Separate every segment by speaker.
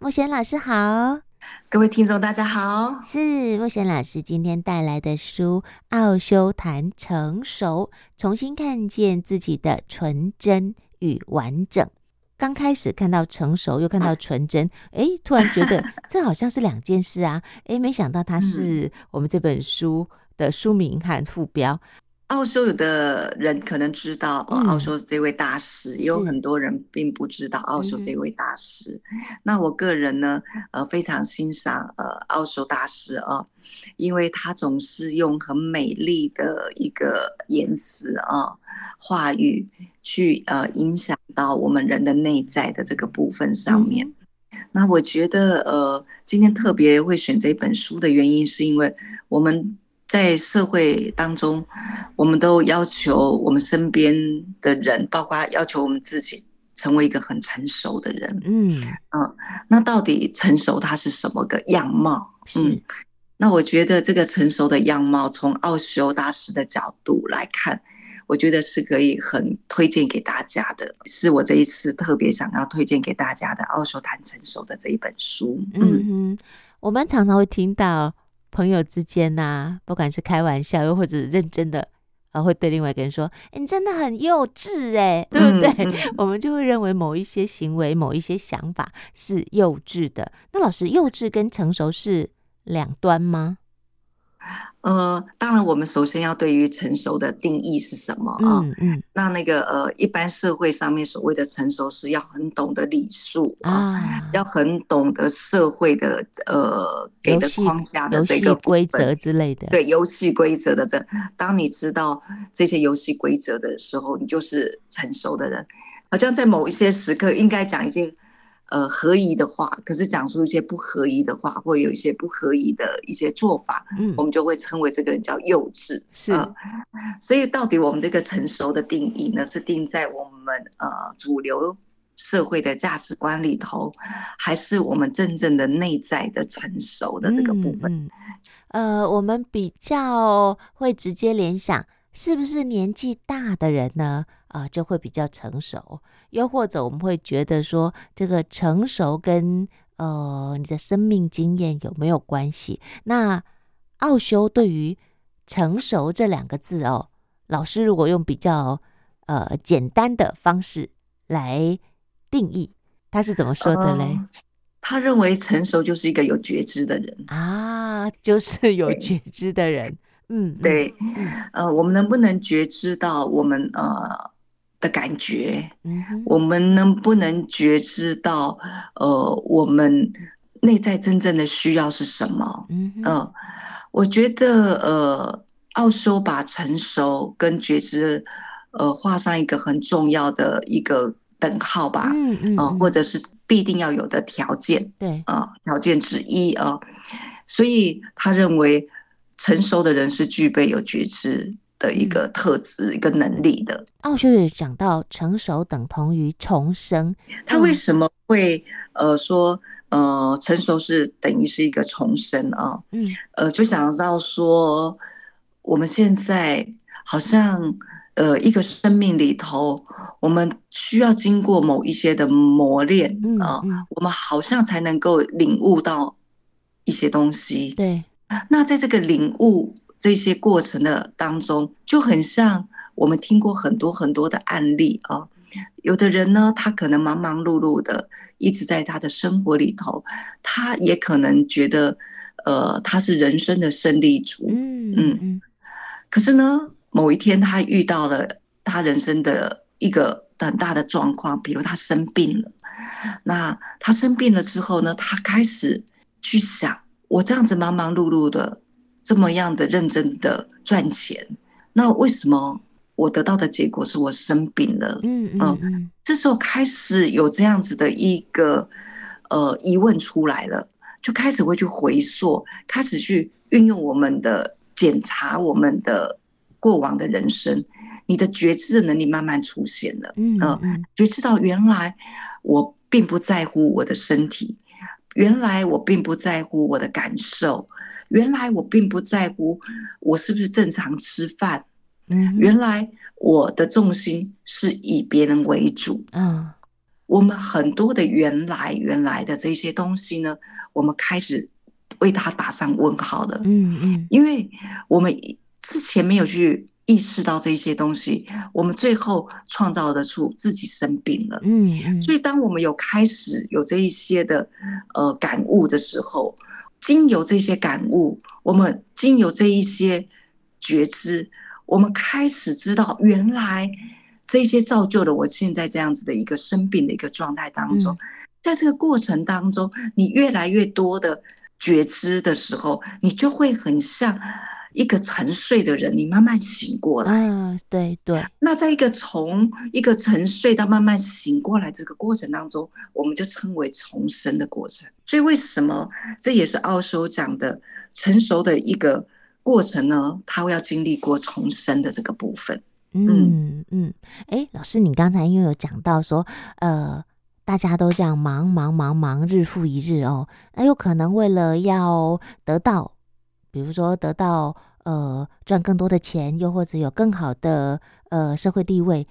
Speaker 1: 莫贤老师好，
Speaker 2: 各位听众大家好。
Speaker 1: 是莫贤老师今天带来的书《奥修谈成熟》，重新看见自己的纯真与完整。刚开始看到成熟，又看到纯真，诶，突然觉 得这好像是两件事啊！诶，没想到它是我们这本书的书名和副标。
Speaker 2: 奥修有的人可能知道，呃
Speaker 1: 嗯
Speaker 2: 奥修这位大师，也有
Speaker 1: 是
Speaker 2: 很多人并不知道奥修
Speaker 1: 嗯哼
Speaker 2: 这位大师。那我个人呢，呃，非常欣赏呃奥修大师啊、因为他总是用很美丽的一个言辞啊、话语去呃影响到我们人的内在的这个部分
Speaker 1: 嗯
Speaker 2: 上面。那我觉得，呃，今天特别会选这本书的原因，是因为我们在社会当中，我们都要求我们身边的人，包括要求我们自己，成为一个很成熟的人。
Speaker 1: 嗯，
Speaker 2: 那到底成熟它是什么个样貌？
Speaker 1: 是，
Speaker 2: 那我觉得这个成熟的样貌，从奥修大师的角度来看，我觉得是可以很推荐给大家的，是我这一次特别想要推荐给大家的《奥修谈成熟》的这一本书。
Speaker 1: 嗯哼，我们常常会听到朋友之间呐、不管是开玩笑又或者认真的，啊，会对另外一个人说：“诶你真的很幼稚哎、 对不对？”
Speaker 2: 嗯嗯
Speaker 1: 我们就会认为某一些行为、某一些想法是幼稚的。那老师，幼稚跟成熟是两端吗？
Speaker 2: 呃，当然，我们首先要对于成熟的定义是什么啊？
Speaker 1: 嗯嗯
Speaker 2: 那那个呃，一般社会上面所谓的成熟是要很懂得礼数啊，
Speaker 1: 啊，
Speaker 2: 要很懂得社会的呃给
Speaker 1: 游
Speaker 2: 的
Speaker 1: 戏
Speaker 2: 框架的
Speaker 1: 游
Speaker 2: 这
Speaker 1: 戏
Speaker 2: 个部
Speaker 1: 规
Speaker 2: 分
Speaker 1: 则之类的。
Speaker 2: 对游戏规则的这，当你知道这些游戏规则的时候，你就是成熟的人。好像在某一些时刻，应该讲一些呃合宜的话，可是讲出一些不合宜的话，或有一些不合宜的一些做法，
Speaker 1: 嗯
Speaker 2: 我，们就会称为这个人叫幼稚。
Speaker 1: 是
Speaker 2: 呃所以到底我们这个成熟的定义呢，是定在我们呃主流社会的价值观里头，还是我们真正的内在的成熟的这个部分？
Speaker 1: 嗯嗯呃，我们比较会直接联想，是不是年纪大的人呢？啊、就会比较成熟，又或者我们会觉得说，这个成熟跟呃你的生命经验有没有关系？那奥修对于“成熟”这两个字哦，老师如果用比较呃简单的方式来定义，他是怎么说的嘞？
Speaker 2: 嗯他认为成熟就是一个有觉知的人。
Speaker 1: 啊，就是有
Speaker 2: 对
Speaker 1: 觉知的人，嗯，嗯，
Speaker 2: 对，呃，我们能不能觉知到我们呃的感觉？
Speaker 1: 嗯哼，
Speaker 2: 我们能不能觉知到呃我们内在真正的需要是什么？
Speaker 1: 嗯哼，
Speaker 2: 嗯、我觉得呃，奥修把成熟跟觉知呃画上一个很重要的一个等号吧，
Speaker 1: 嗯嗯
Speaker 2: 呃，
Speaker 1: 嗯
Speaker 2: 或者是必定要有的条件。
Speaker 1: 对，
Speaker 2: 啊条件之一啊，所以他认为成熟的人是具备有觉知的
Speaker 1: 嗯
Speaker 2: 一个特质、一个能力的。
Speaker 1: 奥修有哦讲到成熟等同于重生，
Speaker 2: 他
Speaker 1: 嗯
Speaker 2: 为什么会呃说呃成熟是等于是一个重生啊？
Speaker 1: 嗯
Speaker 2: 呃，就想到说我们现在好像呃一个生命里头，我们需要经过某一些的磨练
Speaker 1: 嗯
Speaker 2: 啊，
Speaker 1: 嗯，
Speaker 2: 我们好像才能够领悟到一些东西。
Speaker 1: 对，
Speaker 2: 那在这个领悟这些过程的当中，就很像我们听过很多很多的案例啊。有的人呢，他可能忙忙碌碌的，一直在他的生活里头，他也可能觉得，呃，他是人生的胜利组。
Speaker 1: 嗯嗯
Speaker 2: 可是呢，某一天他遇到了他人生的一个很大的状况，比如他生病了。那他生病了之后呢，他开始去想，我这样子忙忙碌碌的，这么样的认真的赚钱，那为什么我得到的结果是我生病了？
Speaker 1: 嗯嗯嗯，
Speaker 2: 这时候开始有这样子的一个呃疑问出来了，就开始会去回溯，开始去运用我们的检查我们的过往的人生，你的觉知的能力慢慢出现了。
Speaker 1: 嗯
Speaker 2: 呃
Speaker 1: 嗯
Speaker 2: 觉知到原来我并不在乎我的身体，原来我并不在乎我的感受，原来我并不在乎我是不是正常吃饭，
Speaker 1: 嗯，
Speaker 2: 原来我的重心是以别人为主。
Speaker 1: 啊，
Speaker 2: 我们很多的原来原来的这些东西呢，我们开始为它打上问号了，
Speaker 1: 嗯嗯
Speaker 2: 因为我们之前没有去意识到这些东西，我们最后创造的出自己生病了。
Speaker 1: 嗯嗯，
Speaker 2: 所以，当我们有开始有这一些的呃感悟的时候，经由这些感悟，我们经由这一些觉知，我们开始知道，原来这些造就了我现在这样子的一个生病的一个状态当中。
Speaker 1: 嗯
Speaker 2: 在这个过程当中，你越来越多的觉知的时候，你就会很像一个沉睡的人，你慢慢醒过来。
Speaker 1: 啊，对对，
Speaker 2: 那在一个从一个沉睡到慢慢醒过来这个过程当中，我们就称为重生的过程。所以为什么这也是奥修讲的成熟的一个过程呢？他会要经历过重生的这个部分。
Speaker 1: 嗯嗯，哎、老师，你刚才因为有讲到说，呃，大家都这样忙忙忙忙，日复一日哦，那有可能为了要得到，比如说得到呃赚更多的钱，又或者有更好的呃社会地位，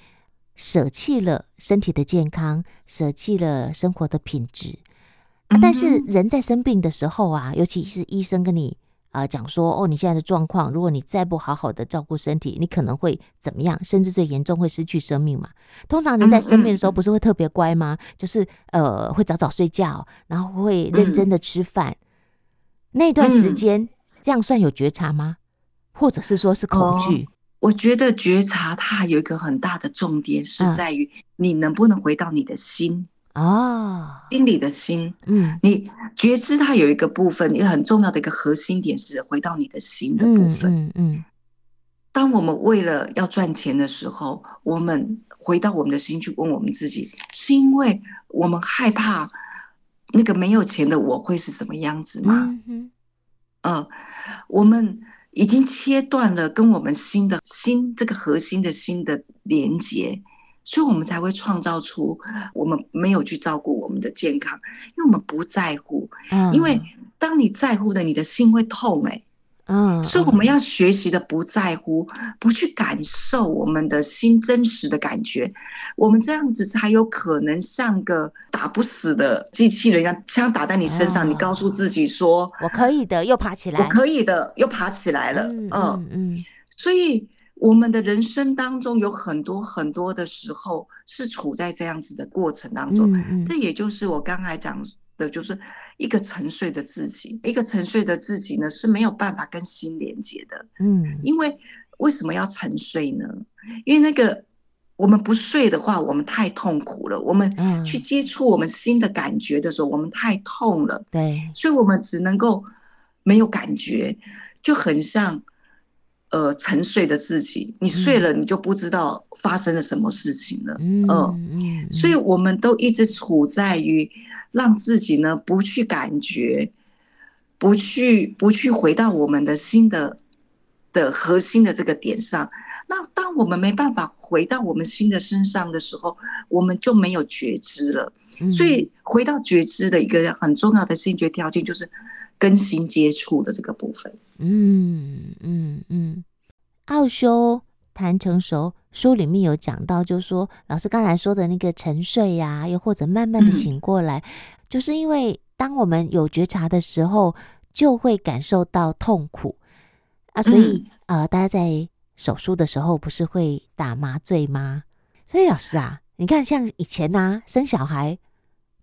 Speaker 1: 舍弃了身体的健康，舍弃了生活的品质。啊但是
Speaker 2: 嗯哼
Speaker 1: 人在生病的时候啊，尤其是医生跟你啊、呃讲说，哦，你现在的状况，如果你再不好好的照顾身体，你可能会怎么样，甚至最严重会失去生命嘛。通常人在生病的时候，
Speaker 2: 嗯嗯嗯
Speaker 1: 不是会特别乖吗？就是呃，会早早睡觉，然后
Speaker 2: 嗯
Speaker 1: 会认真的吃饭。那段时间、这样算有觉察吗？或者是说是恐
Speaker 2: 哦
Speaker 1: 惧？
Speaker 2: 我觉得觉察它有一个很大的重点是
Speaker 1: 嗯
Speaker 2: 在于你能不能回到你的心，
Speaker 1: 哦，
Speaker 2: 心里的心。
Speaker 1: 嗯
Speaker 2: 你觉知它有一个部分，也很重要的一个核心点是回到你的心的部
Speaker 1: 嗯
Speaker 2: 分。
Speaker 1: 嗯嗯
Speaker 2: 当我们为了要赚钱的时候，我们回到我们的心去问我们自己，是因为我们害怕那个没有钱的我会是什么样子吗？
Speaker 1: 嗯哼
Speaker 2: 嗯、我们已经切断了跟我们心的心这个核心的心的连接。所以我们才会创造出我们没有去照顾我们的健康，因为我们不在乎。
Speaker 1: 嗯，
Speaker 2: 因为当你在乎的，你的心会痛、欸。
Speaker 1: 嗯，
Speaker 2: 所以我们要学习的不在乎，不去感受我们的心真实的感觉，我们这样子才有可能像个打不死的机器人一样，枪打在你身
Speaker 1: 啊
Speaker 2: 上，你告诉自己说
Speaker 1: 嗯我可以的，又爬起来，
Speaker 2: 我可以的，又爬起来了。
Speaker 1: 嗯
Speaker 2: 嗯，
Speaker 1: 嗯嗯
Speaker 2: 所以我们的人生当中有很多很多的时候是处在这样子的过程当中，
Speaker 1: 嗯嗯，
Speaker 2: 这也就是我刚才讲的，就是一个沉睡的自己，一个沉睡的自己呢是没有办法跟心连接的。
Speaker 1: 嗯
Speaker 2: 因为为什么要沉睡呢？因为那个我们不睡的话，我们太痛苦了。我们
Speaker 1: 嗯
Speaker 2: 去接触我们新的感觉的时候，我们太痛了，
Speaker 1: 对，
Speaker 2: 所以我们只能够没有感觉，就很像呃沉睡的自己。你睡了，你就不知道发生了什么事情了。
Speaker 1: 嗯
Speaker 2: 嗯
Speaker 1: 嗯，
Speaker 2: 所以我们都一直处在于让自己呢不去感觉，不去不去回到我们的心的的核心的这个点上。那当我们没办法回到我们心的身上的时候，我们就没有觉知了。
Speaker 1: 嗯
Speaker 2: 所以回到觉知的一个很重要的先决条件就是跟心接触的这个部分。
Speaker 1: 嗯嗯嗯，奥修谈成熟书里面有讲到，就是说老师刚才说的那个沉睡呀、又或者慢慢的
Speaker 2: 嗯
Speaker 1: 醒过来，就是因为当我们有觉察的时候，就会感受到痛苦啊，所以、呃，大家在手术的时候不是会打麻醉吗？所以老师啊，你看像以前啊，生小孩。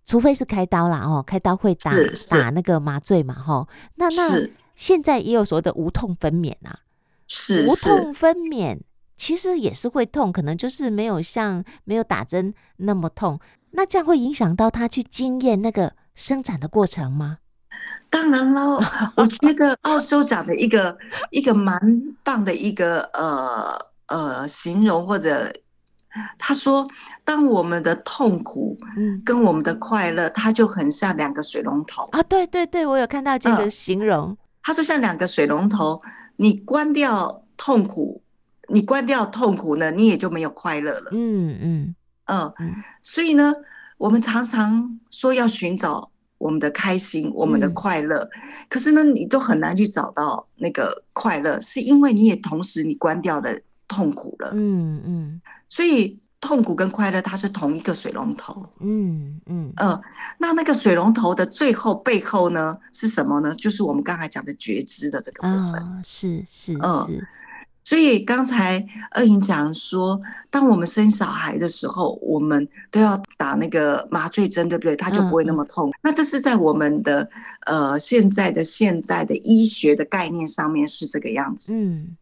Speaker 1: 除非是开刀啦，哦，开刀会打
Speaker 2: 是是
Speaker 1: 打那个麻醉嘛，吼，那那
Speaker 2: 是
Speaker 1: 现在也有所谓的无痛分娩啊，
Speaker 2: 是
Speaker 1: 无
Speaker 2: 是
Speaker 1: 痛分娩其实也是会痛，可能就是没有像没有打针那么痛。那这样会影响到他去经验那个生产的过程吗？
Speaker 2: 当然喽，我觉得澳洲讲的一个一个蛮棒的一个呃呃形容，或者他说，当我们的痛苦
Speaker 1: 嗯，
Speaker 2: 跟我们的快乐，它就很像两个水龙头。
Speaker 1: 啊，对对对，我有看到这个
Speaker 2: 嗯
Speaker 1: 形容，
Speaker 2: 他说像两个水龙头，你关掉痛苦，你关掉痛苦呢，你也就没有快乐了。
Speaker 1: 嗯嗯
Speaker 2: 嗯
Speaker 1: 嗯，
Speaker 2: 所以呢，我们常常说要寻找我们的开心、我们的
Speaker 1: 嗯
Speaker 2: 快乐，可是呢，你都很难去找到那个快乐，是因为你也同时你关掉了痛苦了，
Speaker 1: 嗯嗯
Speaker 2: 所以。痛苦跟快乐它是同一个水龙头。
Speaker 1: 嗯嗯
Speaker 2: 嗯，那那个水龙头的最后背后呢是什么呢？就是我们刚才讲的觉知的这个部分。
Speaker 1: 啊，是是
Speaker 2: 嗯
Speaker 1: 是，
Speaker 2: 所以刚才二莹讲说，当我们生小孩的时候，我们都要打那个麻醉针，对不对？它就不会那么痛。那这是在我们的呃现在的现代的医学的概念上面是这个样子。
Speaker 1: 嗯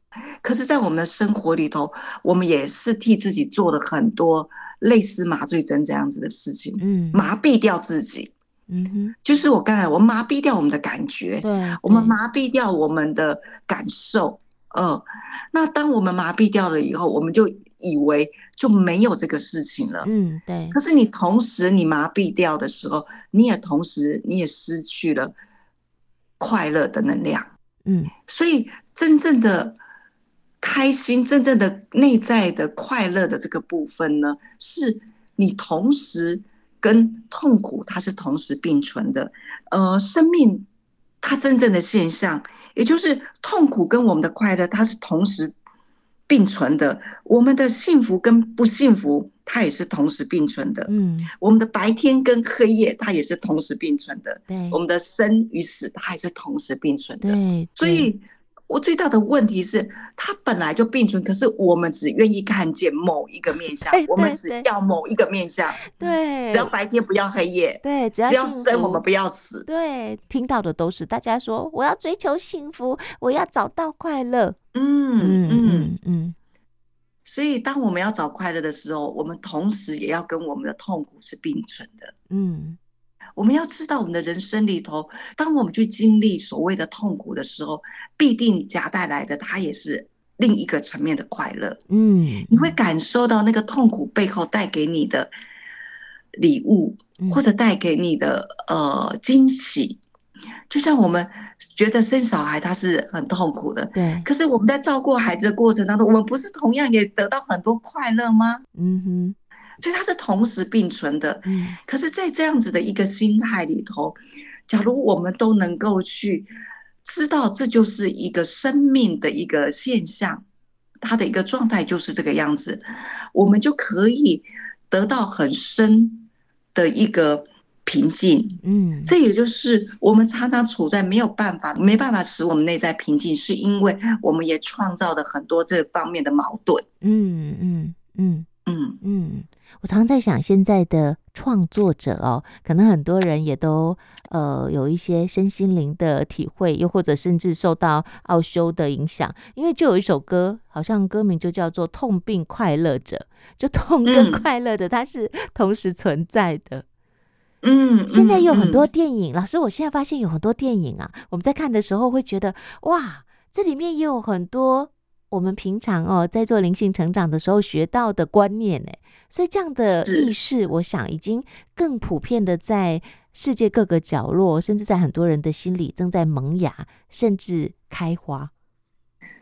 Speaker 2: 可是，在我们的生活里头，我们也是替自己做了很多类似麻醉针这样子的事情，
Speaker 1: 嗯
Speaker 2: 麻痹掉自己。
Speaker 1: 嗯哼，
Speaker 2: 就是我刚才，我麻痹掉我们的感觉，
Speaker 1: 对，
Speaker 2: 我们
Speaker 1: 对
Speaker 2: 麻痹掉我们的感受，嗯，那当我们麻痹掉了以后，我们就以为就没有这个事情了。
Speaker 1: 嗯对
Speaker 2: 可，是你同时你麻痹掉的时候，你也同时你也失去了快乐的能量。
Speaker 1: 嗯
Speaker 2: 所以真正的开心，真正的内在的快乐的这个部分呢，是你同时跟痛苦它是同时并存的。呃，生命它真正的现象，也就是痛苦跟我们的快乐，它是同时并存的。我们的幸福跟不幸福，它也是同时并存的。
Speaker 1: 嗯
Speaker 2: 我们的白天跟黑夜，它也是同时并存的。
Speaker 1: 对
Speaker 2: 我们的生与死，它也是同时并存的。
Speaker 1: 对，
Speaker 2: 所
Speaker 1: 对
Speaker 2: 以我最大的问题是，它本来就并存，可是我们只愿意看见某一个面相
Speaker 1: 对，
Speaker 2: 我们
Speaker 1: 哎对
Speaker 2: 只
Speaker 1: 对
Speaker 2: 要某一个面相，嗯
Speaker 1: 对
Speaker 2: 只要白天不要黑夜，
Speaker 1: 对，只要
Speaker 2: 只要
Speaker 1: 幸
Speaker 2: 生我
Speaker 1: 福
Speaker 2: 们不要死。
Speaker 1: 对，听到的都是大家说我要追求幸福，我要找到快乐。
Speaker 2: 嗯
Speaker 1: 嗯
Speaker 2: 嗯。
Speaker 1: 嗯嗯
Speaker 2: 所以当我们要找快乐的时候，我们同时也要跟我们的痛苦是并存的。
Speaker 1: 嗯
Speaker 2: 我们要知道，我们的人生里头，当我们去经历所谓的痛苦的时候，必定夹带来的，它也是另一个层面的快乐。
Speaker 1: 嗯，
Speaker 2: 你会感受到那个痛苦背后带给你的礼物，
Speaker 1: 嗯
Speaker 2: 或者带给你的呃惊喜。就像我们觉得生小孩他是很痛苦的，
Speaker 1: 对，
Speaker 2: 可是我们在照顾孩子的过程当中，我们不是同样也得到很多快乐吗？
Speaker 1: 嗯哼，
Speaker 2: 所以它是同时并存的。
Speaker 1: 嗯
Speaker 2: 可是，在这样子的一个心态里头，假如我们都能够去知道，这就是一个生命的一个现象，它的一个状态就是这个样子，我们就可以得到很深的一个平静。
Speaker 1: 嗯，
Speaker 2: 这也就是我们常常处在没有办法、没办法使我们内在平静，是因为我们也创造了很多这方面的矛盾。
Speaker 1: 嗯嗯嗯
Speaker 2: 嗯
Speaker 1: 嗯，我常在想，现在的创作者哦，可能很多人也都呃有一些身心灵的体会，又或者甚至受到奥修的影响，因为就有一首歌，好像歌名就叫做《痛并快乐着》，就痛跟
Speaker 2: 嗯
Speaker 1: 快乐的，它是同时存在的。
Speaker 2: 嗯，
Speaker 1: 现在有很多
Speaker 2: 嗯
Speaker 1: 电影，老师，我现在发现有很多电影啊，我们在看的时候会觉得，哇，这里面也有很多我们平常哦在做灵性成长的时候学到的观念呢。所以这样的
Speaker 2: 是
Speaker 1: 意识，我想已经更普遍的在世界各个角落，甚至在很多人的心里正在萌芽，甚至开花。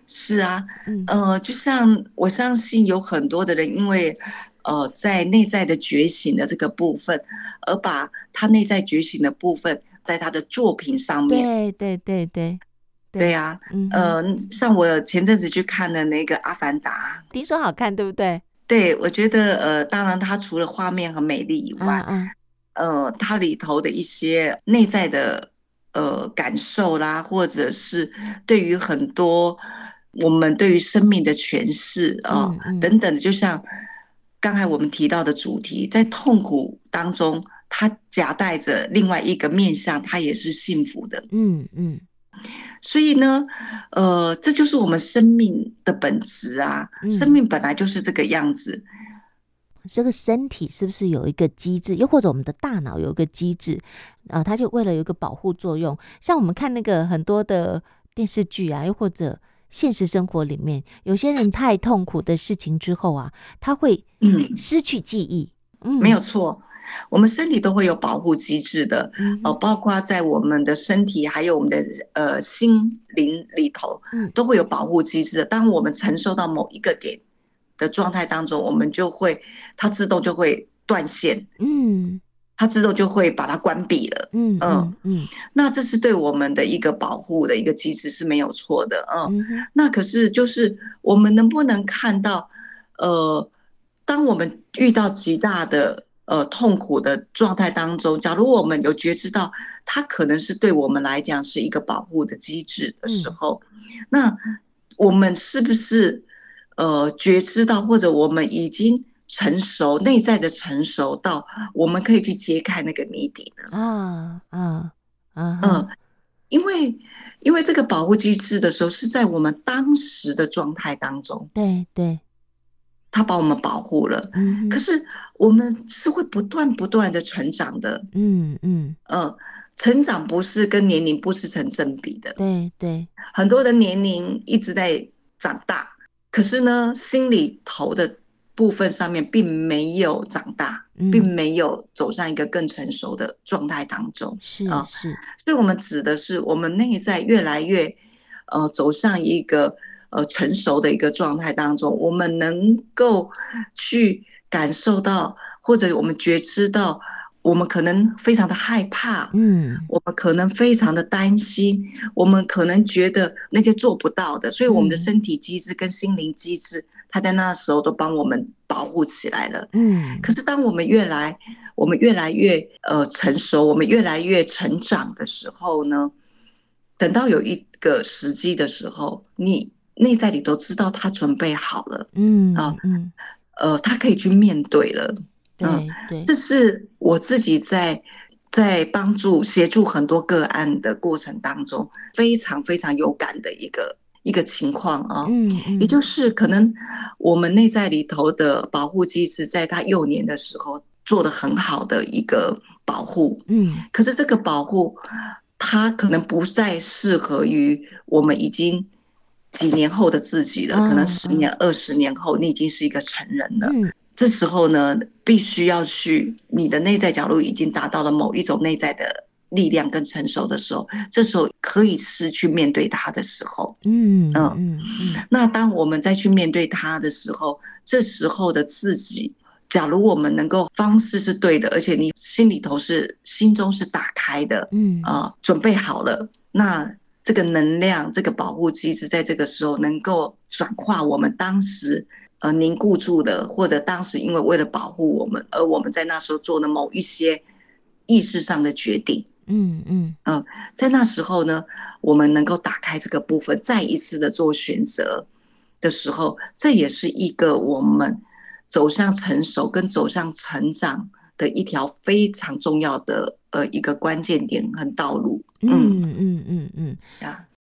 Speaker 2: 是啊，
Speaker 1: 嗯
Speaker 2: 呃，就像我相信有很多的人，因为呃，在内在的觉醒的这个部分，而把他内在觉醒的部分，在他的作品上面，
Speaker 1: 对对对对，对
Speaker 2: 对啊，
Speaker 1: 嗯哼，
Speaker 2: 呃，像我前阵子去看的那个《阿凡达》，
Speaker 1: 听说好看，对不对？
Speaker 2: 对我觉得，呃，当然它除了画面很美丽以
Speaker 1: 啊
Speaker 2: 外，
Speaker 1: 啊，
Speaker 2: 呃，它里头的一些内在的呃感受啦，或者是对于很多我们对于生命的诠释啊、
Speaker 1: 嗯嗯
Speaker 2: 等等，就像刚才我们提到的主题，在痛苦当中，它夹带着另外一个面向，它也是幸福的。
Speaker 1: 嗯嗯
Speaker 2: 所以呢，呃，这就是我们生命的本质啊，
Speaker 1: 嗯
Speaker 2: 生命本来就是这个样子。
Speaker 1: 这个身体是不是有一个机制，又或者我们的大脑有一个机制，呃，它就为了有一个保护作用。像我们看那个很多的电视剧啊，又或者现实生活里面，有些人太痛苦的事情之后啊，他会
Speaker 2: 嗯，
Speaker 1: 失去记忆。嗯，
Speaker 2: 没有错，我们身体都会有保护机制的。
Speaker 1: 嗯
Speaker 2: 哦，
Speaker 1: 哼，
Speaker 2: 包括在我们的身体，还有我们的呃心灵里头
Speaker 1: 嗯，
Speaker 2: 都会有保护机制的。当我们承受到某一个点的状态当中，我们就会它自动就会断线，
Speaker 1: 嗯
Speaker 2: 它自动就会把它关闭了。
Speaker 1: 嗯嗯
Speaker 2: 嗯
Speaker 1: 嗯
Speaker 2: 那这是对我们的一个保护的一个机制是没有错的，嗯。
Speaker 1: 嗯哼
Speaker 2: 那可是就是我们能不能看到，呃，当我们遇到极大的呃痛苦的状态当中，假如我们有觉知到它可能是对我们来讲是一个保护的机制的时候，那我们是不是呃觉知到，或者我们已经成熟，内在的成熟到我们可以去揭开那个谜底呢？
Speaker 1: 啊啊啊
Speaker 2: 嗯
Speaker 1: 哈，
Speaker 2: 因为因为这个保护机制的时候，是在我们当时的状态当中，
Speaker 1: 对对，
Speaker 2: 它把我们保护了。
Speaker 1: 嗯
Speaker 2: 可
Speaker 1: 哼
Speaker 2: 是我们是会不断不断的成长的，
Speaker 1: 嗯嗯，
Speaker 2: 嗯，成长不是跟年龄不是成正比的，
Speaker 1: 对对，
Speaker 2: 很多的年龄一直在长大，可是呢，心里头的部分上面并没有长大，
Speaker 1: 嗯
Speaker 2: 并没有走上一个更成熟的状态当中，
Speaker 1: 是
Speaker 2: 啊
Speaker 1: 是，
Speaker 2: 所以我们指的是我们内在越来越，呃，走上一个呃成熟的一个状态当中，我们能够去感受到，或者我们觉知到，我们可能非常的害怕，
Speaker 1: 嗯
Speaker 2: 我们可能非常的担心，我们可能觉得那些做不到的，所以我们的
Speaker 1: 嗯
Speaker 2: 身体机制跟心灵机制，它在那时候都帮我们保护起来了。
Speaker 1: 嗯，
Speaker 2: 可是当我们越来，我们越来越呃成熟，我们越来越成长的时候呢，等到有一个时机的时候，你内在里头知道他准备好了，
Speaker 1: 嗯
Speaker 2: 啊
Speaker 1: 嗯，
Speaker 2: 呃，他可以去面对了。
Speaker 1: 对
Speaker 2: 嗯
Speaker 1: 对
Speaker 2: 这，是我自己在在帮助协助很多个案的过程当中，非常非常有感的一个一个情况啊、
Speaker 1: 嗯嗯，
Speaker 2: 也就是可能我们内在里头的保护机制，在他幼年的时候做了很好的一个保护，
Speaker 1: 嗯
Speaker 2: 可是这个保护它可能不再适合于我们已经几年后的自己了，可能
Speaker 1: 嗯
Speaker 2: 十年、二十年后你已经是一个成人了。
Speaker 1: 嗯
Speaker 2: 这时候呢，必须要去你的内在角度已经达到了某一种内在的力量跟成熟的时候，这时候可以是去面对它的时候。
Speaker 1: 嗯
Speaker 2: 嗯
Speaker 1: 嗯嗯
Speaker 2: 那当我们再去面对它的时候，这时候的自己，假如我们能够方式是对的，而且你心里头是心中是打开的，
Speaker 1: 嗯，
Speaker 2: 啊、准备好了，那这个能量、这个保护机制在这个时候能够转化我们当时呃凝固住的，或者当时因为为了保护我们，而我们在那时候做的某一些意识上的决定，
Speaker 1: 嗯嗯
Speaker 2: 在那时候呢，我们能够打开这个部分，再一次的做选择的时候，这也是一个我们走向成熟跟走向成长的一条非常重要的呃一个关键点和道路。
Speaker 1: 嗯嗯嗯嗯。
Speaker 2: 啊，